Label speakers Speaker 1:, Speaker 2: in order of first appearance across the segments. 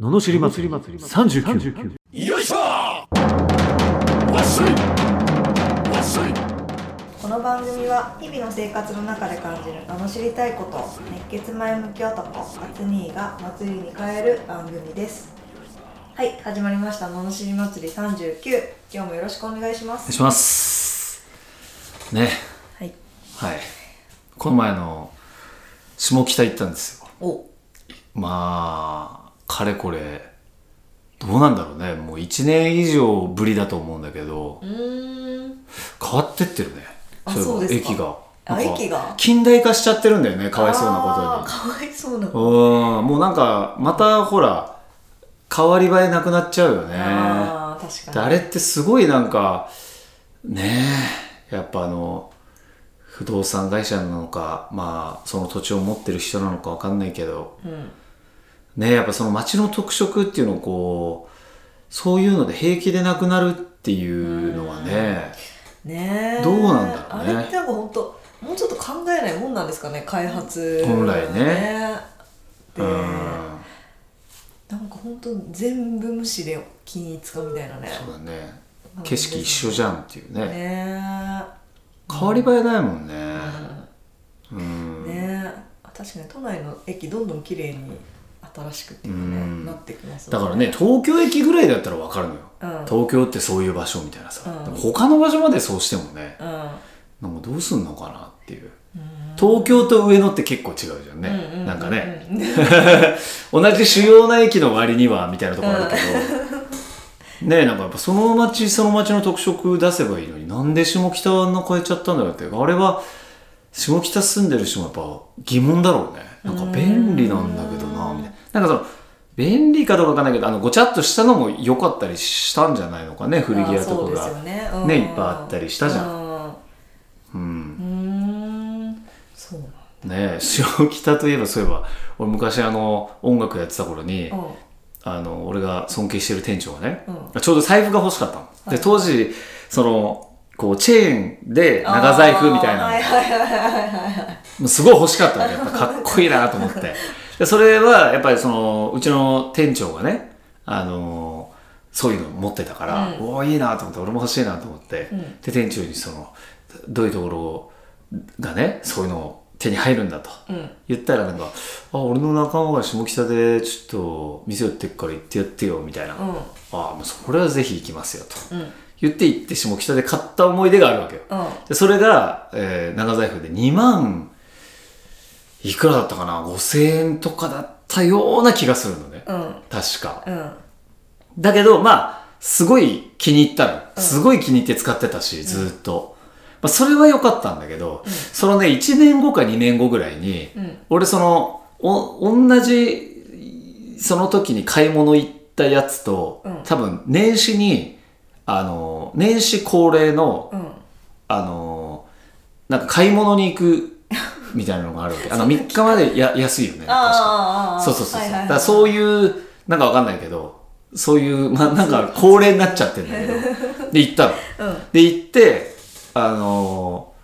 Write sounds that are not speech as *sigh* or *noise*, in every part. Speaker 1: ののしり祭り39
Speaker 2: よいしょわっしょいわっしょい
Speaker 3: この番組は日々の生活の中で感じるあの知りたいこと熱血前向き男アツニーが祭りに変える番組ですはい始まりました「ののしり祭り39」今日もよろしくお願いしま
Speaker 4: お願い
Speaker 3: す
Speaker 4: しますね
Speaker 3: はい
Speaker 4: はいこの前の下北行ったんですよ
Speaker 3: お
Speaker 4: まあかれこれどうなんだろうねもう1年以上ぶりだと思うんだけど
Speaker 3: うーん
Speaker 4: 変わってってるね
Speaker 3: あ
Speaker 4: いえば
Speaker 3: そうですか
Speaker 4: 駅が
Speaker 3: あ
Speaker 4: なんか
Speaker 3: 駅が
Speaker 4: 近代化しちゃってるんだよねかわいそうな
Speaker 3: あー
Speaker 4: こ
Speaker 3: かわいそうなこと
Speaker 4: にうんもうなんかまたほら変わり映えなくなっちゃうよね
Speaker 3: あー確
Speaker 4: で
Speaker 3: か
Speaker 4: あ
Speaker 3: に
Speaker 4: れってすごいなんかねえやっぱあの不動産会社なのかまあその土地を持ってる人なのかわかんないけど
Speaker 3: うん
Speaker 4: ねえやっぱその街の特色っていうのをこうそういうので平気でなくなるっていうのはね
Speaker 3: ねえ
Speaker 4: どうなんだろうね
Speaker 3: あれってなんか本当もうちょっと考えないもんなんですかね開発
Speaker 4: 本来ね
Speaker 3: で
Speaker 4: うん
Speaker 3: なんか本当全部無視で均一化みたいなね
Speaker 4: そうだね景色一緒じゃんっていうね
Speaker 3: ね
Speaker 4: 変わり映えないもんねう
Speaker 3: え
Speaker 4: ん
Speaker 3: ねえ確かに都内の駅どんどん綺麗に新しくっていうかね、
Speaker 4: うん
Speaker 3: なってきます
Speaker 4: だからね東京駅ぐらいだったらわかるのよ
Speaker 3: うん
Speaker 4: 東京ってそういう場所みたいなさ、
Speaker 3: うん
Speaker 4: 他の場所までそうしてもね
Speaker 3: うん
Speaker 4: なんかどうすんのかなっていう東京と上野って結構違うじゃんね、
Speaker 3: うんうん
Speaker 4: なんかね、
Speaker 3: うんうん
Speaker 4: 同じ主要な駅の割にはみたいなところあるけど、 *laughs* ねえなんかやっぱその町その町の特色出せばいいのになんで下北あんな変えちゃったんだろうってあれは下北住んでる人もやっぱ疑問だろうねなんか便利なんだけどなみたいななんかその便利かどうかわかんないけどあのごちゃっとしたのも良かったりしたんじゃないのかね古着屋と
Speaker 3: あそう
Speaker 4: か
Speaker 3: です
Speaker 4: が
Speaker 3: よ
Speaker 4: う,、
Speaker 3: ね
Speaker 4: ねいっぱいあったりしたじゃん
Speaker 3: ん
Speaker 4: ん
Speaker 3: うんうーんそうなん
Speaker 4: ねえ *laughs* 下北といえばそういえば俺昔あの音楽やってた頃に、
Speaker 3: だ
Speaker 4: あの俺が尊敬してる店長がね、
Speaker 3: う
Speaker 4: ちょうど財布が欲しかったの、
Speaker 3: はい
Speaker 4: で当時そのこうチェーンで長財布みたいなの
Speaker 3: あーはいはいはいはいはいはい
Speaker 4: もうすごい欲しかったわけやっぱかっこいいなと思
Speaker 3: *laughs*
Speaker 4: ってでそれはやっぱりそのうちの店長がねあのーそういうの持ってたから、
Speaker 3: うん
Speaker 4: おおいいなと思って俺も欲しいなと思って、
Speaker 3: うん
Speaker 4: で店長にそのどういうところがねそういうのを手に入るんだと、
Speaker 3: うん
Speaker 4: 言ったらなんか「あ俺の仲間が下北でちょっと店寄ってっから行ってやってよ」みたいな「
Speaker 3: うん
Speaker 4: ああもうそれはぜひ行きますよ」と
Speaker 3: うん
Speaker 4: 言って行って下北で買った思い出があるわけよ
Speaker 3: うん
Speaker 4: でそれが、えー長財布で2万いくらだったかな5000円とかだったような気がするのね
Speaker 3: うん
Speaker 4: 確か
Speaker 3: うん
Speaker 4: だけどまあすごい気に入ったの
Speaker 3: ん
Speaker 4: すごい気に入って使ってたしずーっと、まあ、それは良かったんだけど、そのね1年後か2年後ぐらいに、
Speaker 3: うん
Speaker 4: 俺そのお同じその時に買い物行ったやつと、
Speaker 3: うん
Speaker 4: 多分年始にあの年始恒例の
Speaker 3: うん
Speaker 4: あのなんか買い物に行くみたいなのがあ
Speaker 3: *laughs*
Speaker 4: るわけあの3日までや安いよね確か
Speaker 3: あーあーあー
Speaker 4: そうそうそうそう、
Speaker 3: はいはいは
Speaker 4: だ
Speaker 3: い
Speaker 4: からそういうなんかわかんないけどそういうまあなんか恒例になっちゃってるんだけどで行ったの
Speaker 3: うん
Speaker 4: で行ってあの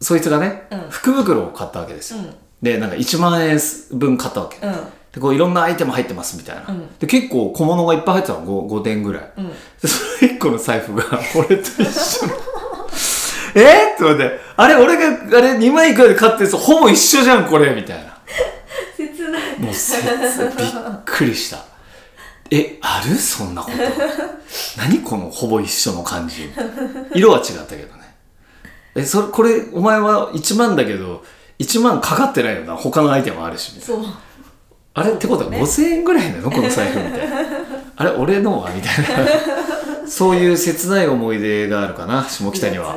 Speaker 4: そいつがね、
Speaker 3: うん
Speaker 4: 福袋を買ったわけですよ、
Speaker 3: うん
Speaker 4: でなんか1万円分買ったわけ、
Speaker 3: うん
Speaker 4: でこういろんなアイテム入ってますみたいな、
Speaker 3: うん
Speaker 4: で結構小物がいっぱい入ってたの 5, 5点ぐらい、
Speaker 3: うん
Speaker 4: でその1個の財布が *laughs* 俺と一緒のえーって思ってあれ俺があれ2万いくらで買ってるやつほぼ一緒じゃんこれみたいな
Speaker 3: 切ない
Speaker 4: もうせびっくりしたえあるそんなこと何このほぼ一緒の感じ色は違ったけどねえそれこれお前は1万だけど1万かかってないよな他のアイテムあるしみたいな
Speaker 3: そう
Speaker 4: あれってことは
Speaker 3: ね
Speaker 4: 5000円ぐらいなのこの財布みたいなあれ俺のはみたいなそういう切ない思い出があるかな下北には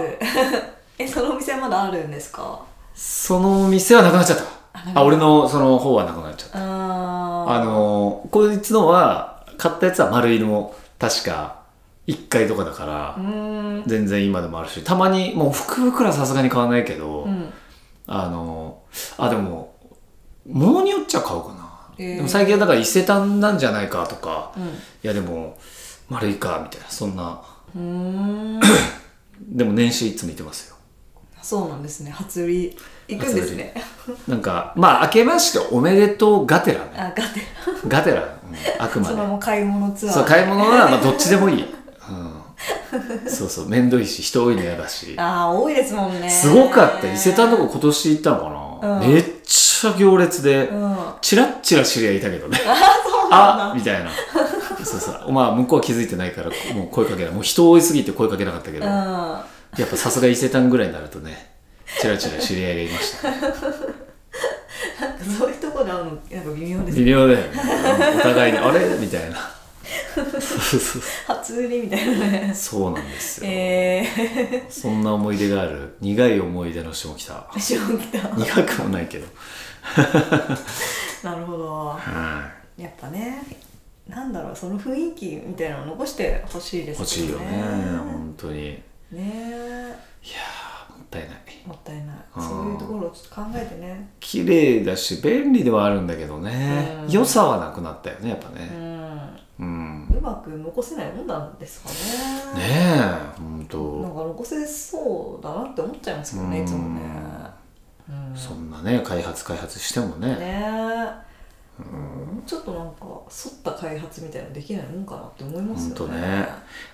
Speaker 3: えそのお店まだあるんですか
Speaker 4: その店はなくなっちゃったあ俺のその方はなくなっちゃったあ
Speaker 3: あ
Speaker 4: のーこいつのは買ったやつは丸いの確か1回とかだか
Speaker 3: あう
Speaker 4: ら
Speaker 3: ーん
Speaker 4: 全然今でもあるしたまにもう福袋はさすがに買わないけど、
Speaker 3: うん
Speaker 4: あのーあでも物によっちゃ買うかな、
Speaker 3: へー
Speaker 4: でも最近はだから伊勢丹なんじゃないかとか、
Speaker 3: うん
Speaker 4: いやでも丸いかみたいなそんな
Speaker 3: うーん
Speaker 4: でも年始いつも見てますよ
Speaker 3: そうなんですね初売り行くんですね
Speaker 4: なんかまあ明けましておめでとうがてらね
Speaker 3: あガテ
Speaker 4: がてら、うんあくま
Speaker 3: そ
Speaker 4: で
Speaker 3: のもう買い物ツアー
Speaker 4: そう買い物はまあどっちでもいい、うん、そうそう面倒いし人多いの嫌だし
Speaker 3: ああ多いですもんね
Speaker 4: すごかった伊勢丹とか今年行ったのかな、
Speaker 3: うん
Speaker 4: めっちゃ行列で
Speaker 3: うんあ
Speaker 4: チラッチラ知り合いいたけどね
Speaker 3: そう
Speaker 4: あ
Speaker 3: なん
Speaker 4: みたいなそうそうまあ向こうは気づいてないからもう声かけないもう人多いすぎて声かけなかったけど、やっ
Speaker 3: だ
Speaker 4: ぱさすが伊勢丹ぐらいになるとねチラチラ知り合いがいました
Speaker 3: うんそういうとこで会うのなんか微妙です
Speaker 4: 微妙だよねお互いにあれみたいなそうそう
Speaker 3: 初売りみたいなね
Speaker 4: そうなんですよ、
Speaker 3: ええ
Speaker 4: そんな思い出がある苦い思い出の下北
Speaker 3: ー、正気だ
Speaker 4: 苦くもないけど
Speaker 3: なるほど
Speaker 4: は
Speaker 3: やっぱねなんだろうその雰囲気みたいなのを残してほしいで
Speaker 4: い
Speaker 3: す
Speaker 4: 欲しいよね本当にいや
Speaker 3: ねえ
Speaker 4: ーもったいない
Speaker 3: もったいない
Speaker 4: うん
Speaker 3: そういうところをちょっと考えてね
Speaker 4: 綺麗だし便利ではあるんだけどね
Speaker 3: うん
Speaker 4: 良さはなくなったよねやっぱ
Speaker 3: う
Speaker 4: ね
Speaker 3: ん
Speaker 4: うん
Speaker 3: うまく残せないもんなんですかね
Speaker 4: ねえ本
Speaker 3: なん
Speaker 4: 当
Speaker 3: か残せそうだなって思っちゃいますけどね
Speaker 4: うん
Speaker 3: いつもねうん
Speaker 4: そんなね開発開発してもね
Speaker 3: ねもうちょっとなんか反った開発みたいなのできないもんかなって思います
Speaker 4: 本
Speaker 3: よ
Speaker 4: 当
Speaker 3: ね
Speaker 4: ね、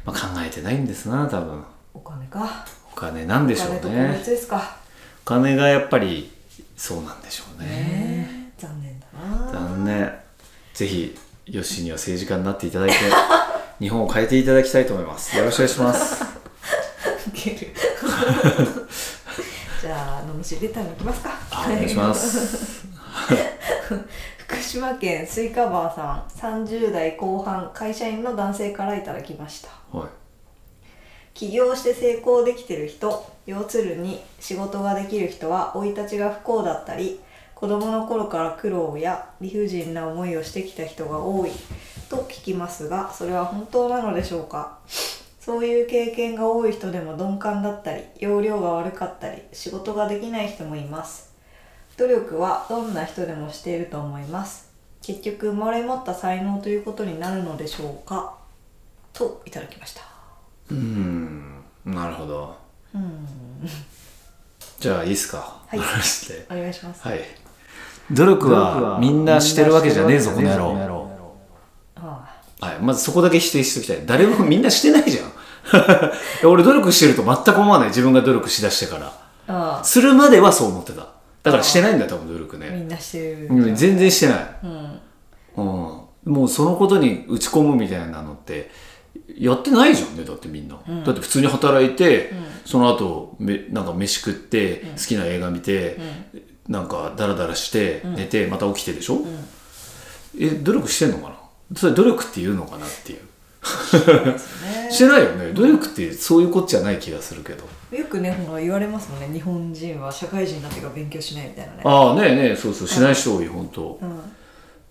Speaker 4: まあ、考えてないんですな多分
Speaker 3: お金か
Speaker 4: お金なんで
Speaker 3: お
Speaker 4: しょう
Speaker 3: 金と効
Speaker 4: ね
Speaker 3: 率ですか
Speaker 4: お金がやっぱりそうなんでしょうね
Speaker 3: ねえ残念だな
Speaker 4: 残念ぜひヨッシーには政治家になっていただい *laughs* て日本を変えていただきたいと思いますよろしくお願いします
Speaker 3: ウケるじゃあのむしりレターに行きますか
Speaker 4: あお願いします
Speaker 3: 福島県スイカバーさん30代後半会社員の男性からいただきました
Speaker 4: はい
Speaker 3: 起業して成功できてる人要するに仕事ができる人は生い立ちが不幸だったり子供の頃から苦労や理不尽な思いをしてきた人が多いと聞きますがそれは本当なのでしょうかそういう経験が多い人でも鈍感だったり容量が悪かったり仕事ができない人もいます努力はどんな人でもしていると思います結局生まれ持った才能ということになるのでしょうかといただきました
Speaker 4: うーんなるほど
Speaker 3: うん
Speaker 4: じゃあいいっすか
Speaker 3: はい
Speaker 4: 話して
Speaker 3: お願いします。
Speaker 4: はい努力はみんなしてるわけじゃねえぞこの野
Speaker 1: この野
Speaker 4: 郎
Speaker 3: あ
Speaker 4: はい、まずそこだけ否定しておきたい誰もみんなしてないじゃん *laughs* いや俺努力してると全く思わない自分が努力しだしてから
Speaker 3: ああ
Speaker 4: するまではそう思ってただからしてないんだよ多分努力
Speaker 3: あ、み
Speaker 4: ね、
Speaker 3: んなしてる。
Speaker 4: うん、全然してない
Speaker 3: うん。
Speaker 4: うん、もうそのことに打ち込むみたいなのってやってないじゃんねだってみんな、だって普通に働いて、その後めなんか飯食って、好きな映画見て、なんかダラダラして、寝てまた起きてでしょ、え努力してんのかなそれ努力っていうのかなっていう
Speaker 3: ね、
Speaker 4: してないよね努力ってそういうことじゃない気がするけど、
Speaker 3: よくね、ほら言われますもんね。日本人は社会人になってから勉強しないみたいなね。
Speaker 4: ああねえねえそうそうしない人多い本当、
Speaker 3: うん。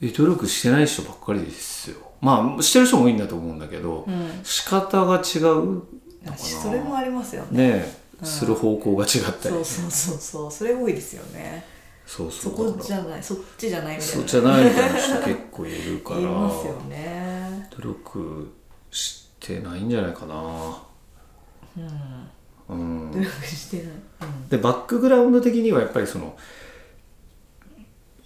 Speaker 4: え努力してない人ばっかりですよまあしてる人も多いんだと思うんだけど、
Speaker 3: うん
Speaker 4: 仕方が違うのかな
Speaker 3: それもありますよね。
Speaker 4: ねえ、する方向が違ったり
Speaker 3: そうそうそうそう。それ多いですよね。
Speaker 4: そう
Speaker 3: そ
Speaker 4: そう
Speaker 3: こ
Speaker 4: だ
Speaker 3: じ
Speaker 4: から
Speaker 3: ゃない、そっちじゃないみたい
Speaker 4: そう
Speaker 3: な。
Speaker 4: じゃないみたいな人結構いるから
Speaker 3: 言いますよね。
Speaker 4: 努力してないんじゃないかなうん、
Speaker 3: 努力してない。
Speaker 4: でバックグラウンド的にはやっぱりその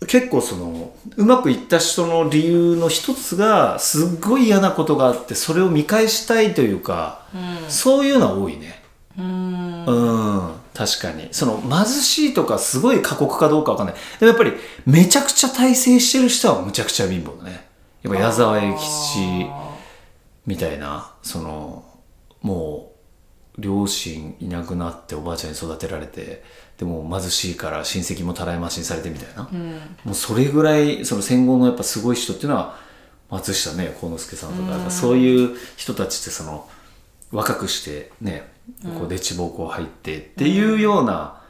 Speaker 4: 結構そのうまくいった人の理由の一つがすっごい嫌なことがあってそれを見返したいというか、そういうのは多いね、
Speaker 3: うん。うん。
Speaker 4: うん確かにその貧しいとかすごい過酷かどうかわかんないでもやっぱりめちゃくちゃ大成してる人はむちゃくちゃ貧乏だねやっぱ矢沢永吉みたいなそのもう両親いなくなっておばあちゃんに育てられてでも貧しいから親戚もたらい回しにされてみたいな、もうそれぐらいその戦後のやっぱすごい人っていうのは松下ね幸之助さんとか、やっぱそういう人たちってその若くしてねこうでちぼこ入ってっていうような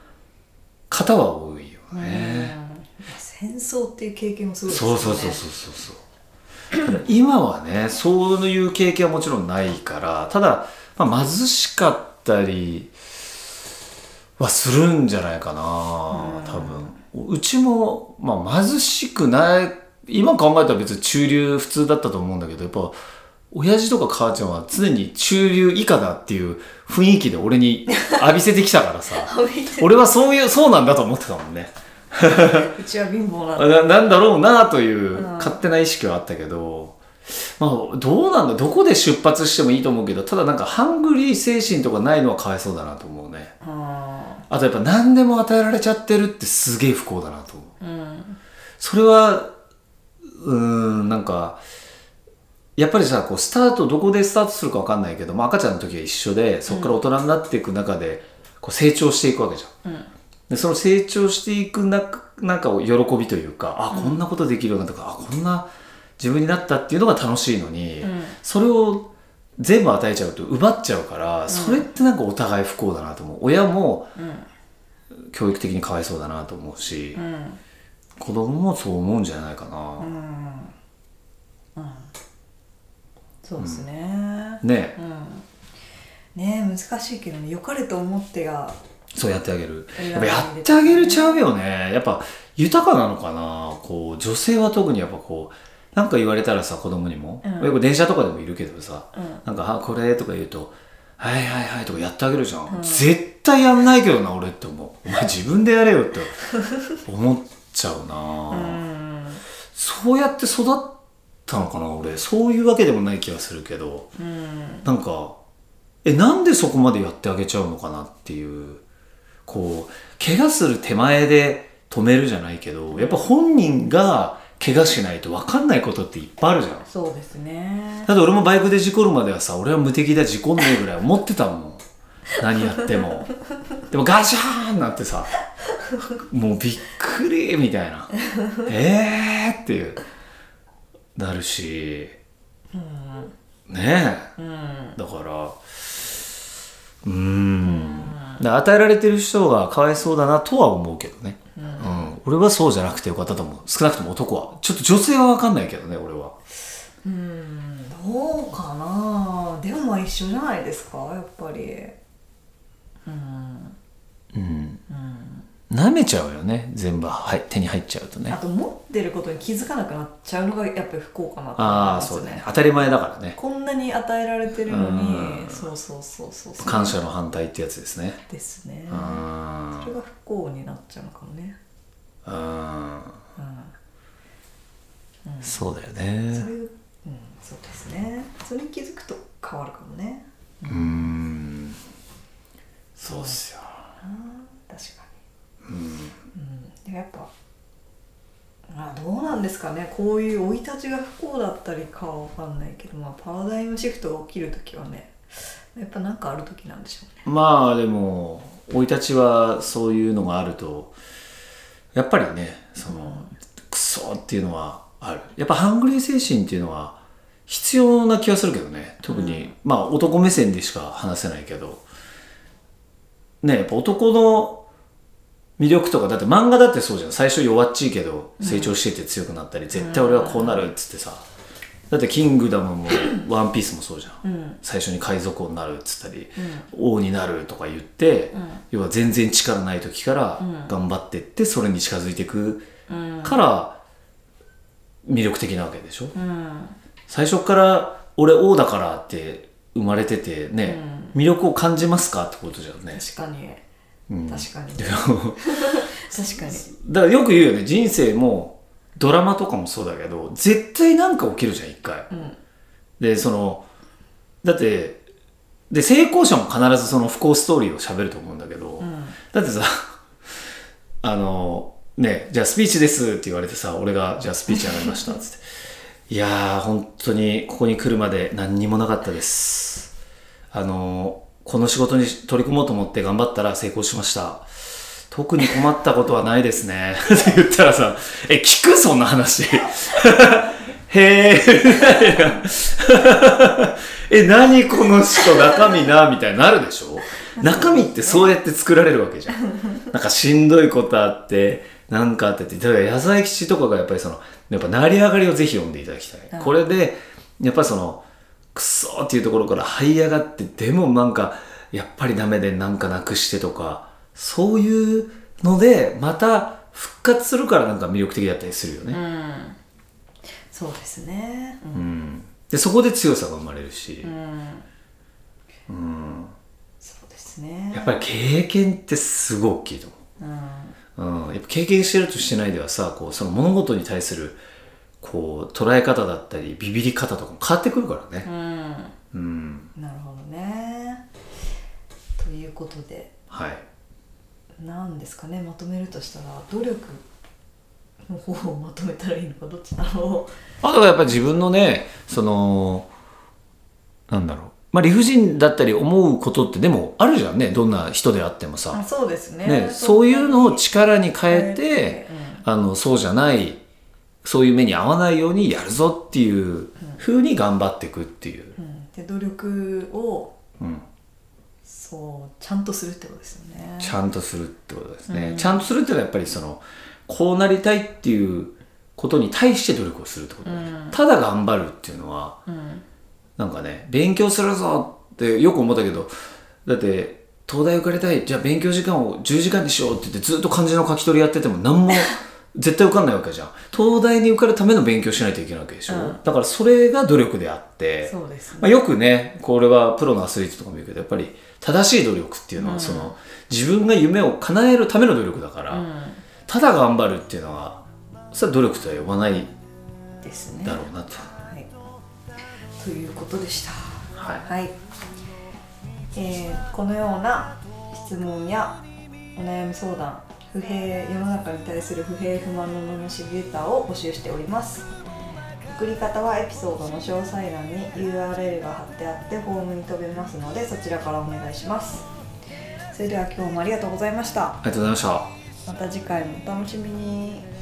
Speaker 4: 方は多いよね、
Speaker 3: 戦争っていう経験もすごいですよ
Speaker 4: そう
Speaker 3: ね。
Speaker 4: そうそうそうそうそうただ今はねそういう経験はもちろんないからただ、まあ、貧しかったりはするんじゃないかな多分うちも、まあ、貧しくない今考えたら別に中流普通だったと思うんだけどやっぱ親父とか母ちゃんは常に中流以下だっていう雰囲気で俺に浴びせてきたからさ
Speaker 3: *laughs*
Speaker 4: 俺はそういうそうなんだと思ってたもんね
Speaker 3: うちは貧乏なんだ
Speaker 4: ななんだろうなという
Speaker 3: うん
Speaker 4: 勝手な意識はあったけど、まあどうなんだどこで出発してもいいと思うけどただなんかハングリー精神とかないのはかわいそうだなと思うね
Speaker 3: あ
Speaker 4: あとやっぱ何でも与えられちゃってるってすげえ不幸だなと思う
Speaker 3: ーうん
Speaker 4: それはうーんなんかやっぱりさこうスタートどこでスタートするか分かんないけど、まあ、赤ちゃんの時は一緒でそこから大人になっていく中でこう成長していくわけじゃん
Speaker 3: うん
Speaker 4: でその成長していく中なんかを喜びというかあこんなことできるようになったか、あこんな自分になったっていうのが楽しいのに、
Speaker 3: うん
Speaker 4: それを全部与えちゃうと奪っちゃうから、それってなんかお互い不幸だなと思う親も教育的にかわいそうだなと思うし、
Speaker 3: うんうん
Speaker 4: 子供もそう思うんじゃないかな、
Speaker 3: そうですね、
Speaker 4: ね
Speaker 3: ねえ難しいけどね良かれと思ってが
Speaker 4: そうやってあげる
Speaker 3: うん
Speaker 4: やっぱやってあげるちゃうよねやっぱ豊かなのかなこう女性は特にやっぱこうなんか言われたらさ子供にも、
Speaker 3: うん
Speaker 4: よく電車とかでもいるけどさ、
Speaker 3: うん
Speaker 4: なんか「あこれ」とか言うと「はいはいはい」とかやってあげるじゃん、絶対やんないけどな俺って思うお前自分でやれよって思っちゃう
Speaker 3: う
Speaker 4: な、
Speaker 3: ん
Speaker 4: そうやって育ったのかな俺そういうわけでもない気がするけど
Speaker 3: うん
Speaker 4: なんかえなんでそこまでやってあげちゃうのかなっていうこう怪我する手前で止めるじゃないけどやっぱ本人が怪我しないと分かんないことっていっぱいあるじゃん
Speaker 3: そうですね
Speaker 4: だって俺もバイクで事故るまではさ俺は無敵だ事故んねえぐらい思ってたもん何やってもでもガシャーンなってさもうびっくりみたいなえーっていうなるしねえ
Speaker 3: うん
Speaker 4: だからうーんだから与えられてる人がかわいそうだなとは思うけどね、うん俺はそうじゃなくてよかったと思う少なくとも男はちょっと女性は分かんないけどね俺は
Speaker 3: うんどうかなでもまあ一緒じゃないですかやっぱり
Speaker 4: うん舐めちゃうよね全部はい手に入っちゃうと
Speaker 3: あ
Speaker 4: ね
Speaker 3: と持ってることに気づかなくなっちゃうのがやっぱり不幸かなと思い
Speaker 4: ああ
Speaker 3: ま
Speaker 4: ー
Speaker 3: す
Speaker 4: そうだね
Speaker 3: ね
Speaker 4: 当たり前だからね
Speaker 3: こんなに与えられてるの
Speaker 4: う
Speaker 3: に
Speaker 4: ん
Speaker 3: そうそうそうそうそう
Speaker 4: 感謝の反対ってやつですね
Speaker 3: ですね
Speaker 4: うーん
Speaker 3: それが不幸になっちゃうのかもね
Speaker 4: うーん
Speaker 3: うん
Speaker 4: そうだよ
Speaker 3: そう
Speaker 4: ね
Speaker 3: いううんそうですねそれに気づくと変わるかもね
Speaker 4: うーんそうっすよ
Speaker 3: 確かにうん、でもやっぱあどうなんですかねこういう生い立ちが不幸だったりかは分かんないけど、まあ、パラダイムシフトが起きる時はねやっぱなんかある時なんでしょうね
Speaker 4: まあでも生い立ちはそういうのがあるとやっぱりねそのクソっていうのはあるやっぱハングリー精神っていうのは必要な気がするけどね特に、まあ男目線でしか話せないけどねやっぱ男の魅力とかだって漫画だってそうじゃん最初弱っちいけど成長してって強くなったり、絶対俺はこうなるっつってさだって「キングダム」も「ワンピースもそうじゃん、最初に海賊王になるっつったり、王になるとか言って、要は全然力ない時から頑張ってってそれに近づいていくから魅力的なわけでしょ、
Speaker 3: うん
Speaker 4: 最初から俺王だからって生まれててね、魅力を感じますかってことじゃんね、
Speaker 3: 確かに
Speaker 4: うん、
Speaker 3: *laughs* 確かに確かに
Speaker 4: だからよく言うよね人生もドラマとかもそうだけど絶対なんか起きるじゃん一回、
Speaker 3: ん
Speaker 4: でそのだってで成功者も必ずその不幸ストーリーを喋ると思うんだけど、だってさあのねじゃあスピーチですって言われてさ俺がじゃあスピーチ上がりましたっつっていやー本当にここに来るまで何にもなかったですあのこの仕事に取り組もうと思って頑張ったら成功しました特に困ったことはないですねって言ったらさ「え聞くそんな話」「へえ」 *laughs* え何この人中身な」みたいになるでし
Speaker 3: *laughs*
Speaker 4: ょ中身ってそうやって作られるわけじゃんなんかしんどいことあってなんかあってってだから矢沢吉とかがやっぱりそのやっぱ成り上がりをぜひ読んでいただきたい、
Speaker 3: うん
Speaker 4: これでやっぱりそのクソっていうところから這い上がってでもなんかやっぱりダメでなんかなくしてとかそういうのでまた復活するからなんか魅力的だったりするよね、
Speaker 3: うんそうですね、うん
Speaker 4: うんでそこで強さが生まれるし、
Speaker 3: うんそうですね
Speaker 4: やっぱり経験ってすごい大きいと思う
Speaker 3: うん
Speaker 4: うん、やっぱ経験してるとしてないではさこうその物事に対するこう捉え方だったりビビり方とかも変わってくるから
Speaker 3: う
Speaker 4: ね、
Speaker 3: ん
Speaker 4: うん
Speaker 3: なるほどねということで
Speaker 4: はい
Speaker 3: 何ですかねまとめるとしたら努力の方をまとめたらいいのかどっちだろ
Speaker 4: あとはやっぱり自分のねそのなんだろう、まあ、理不尽だったり思うことってでもあるじゃんねどんな人であっても
Speaker 3: う
Speaker 4: さ
Speaker 3: あ、そうですね
Speaker 4: ね、そういうのを
Speaker 3: ち
Speaker 4: 力に変えて、あのそうじゃないそういう目に遭わないようにやるぞっていう風に頑張っていくっていう、
Speaker 3: うんうん、で努力を
Speaker 4: うん、
Speaker 3: そうちゃんとするってことですよね
Speaker 4: ちゃんとするってことですね、
Speaker 3: うん
Speaker 4: ちゃんとするってのはやっぱりそのこうなりたいっていうことに対して努力をするってことだね、
Speaker 3: うん
Speaker 4: ただ頑張るっていうのは
Speaker 3: うん
Speaker 4: なんかね勉強するぞってよく思ったけどだって東大受かりたいじゃあ勉強時間を10時間にしようって言ってずっと漢字の書き取りやってても何
Speaker 3: *laughs*
Speaker 4: も絶対受かんないわけじゃん東大に受かるための勉強しないといけないわけでしょ、
Speaker 3: うん
Speaker 4: だからそれが努力であって
Speaker 3: そうですね、
Speaker 4: まあ、よくねこれはプロのアスリートとかも言うけどやっぱり正しい努力っていうのは、
Speaker 3: うん
Speaker 4: その自分が夢を叶えるための努力だから、
Speaker 3: う
Speaker 4: ただ頑張るっていうのはそれは努力とは呼ばない
Speaker 3: ん、ですね
Speaker 4: だろうなと、
Speaker 3: はい、ということでした
Speaker 4: はい
Speaker 3: はい、えーこのような質問やお悩み相談不平世の中に対する不平不満の罵りレターを募集しております送り方はエピソードの詳細欄に URL が貼ってあってフォームに飛べますのでそちらからお願いしますそれでは今日もありがとうございました
Speaker 4: ありがとうございました
Speaker 3: また次回もお楽しみに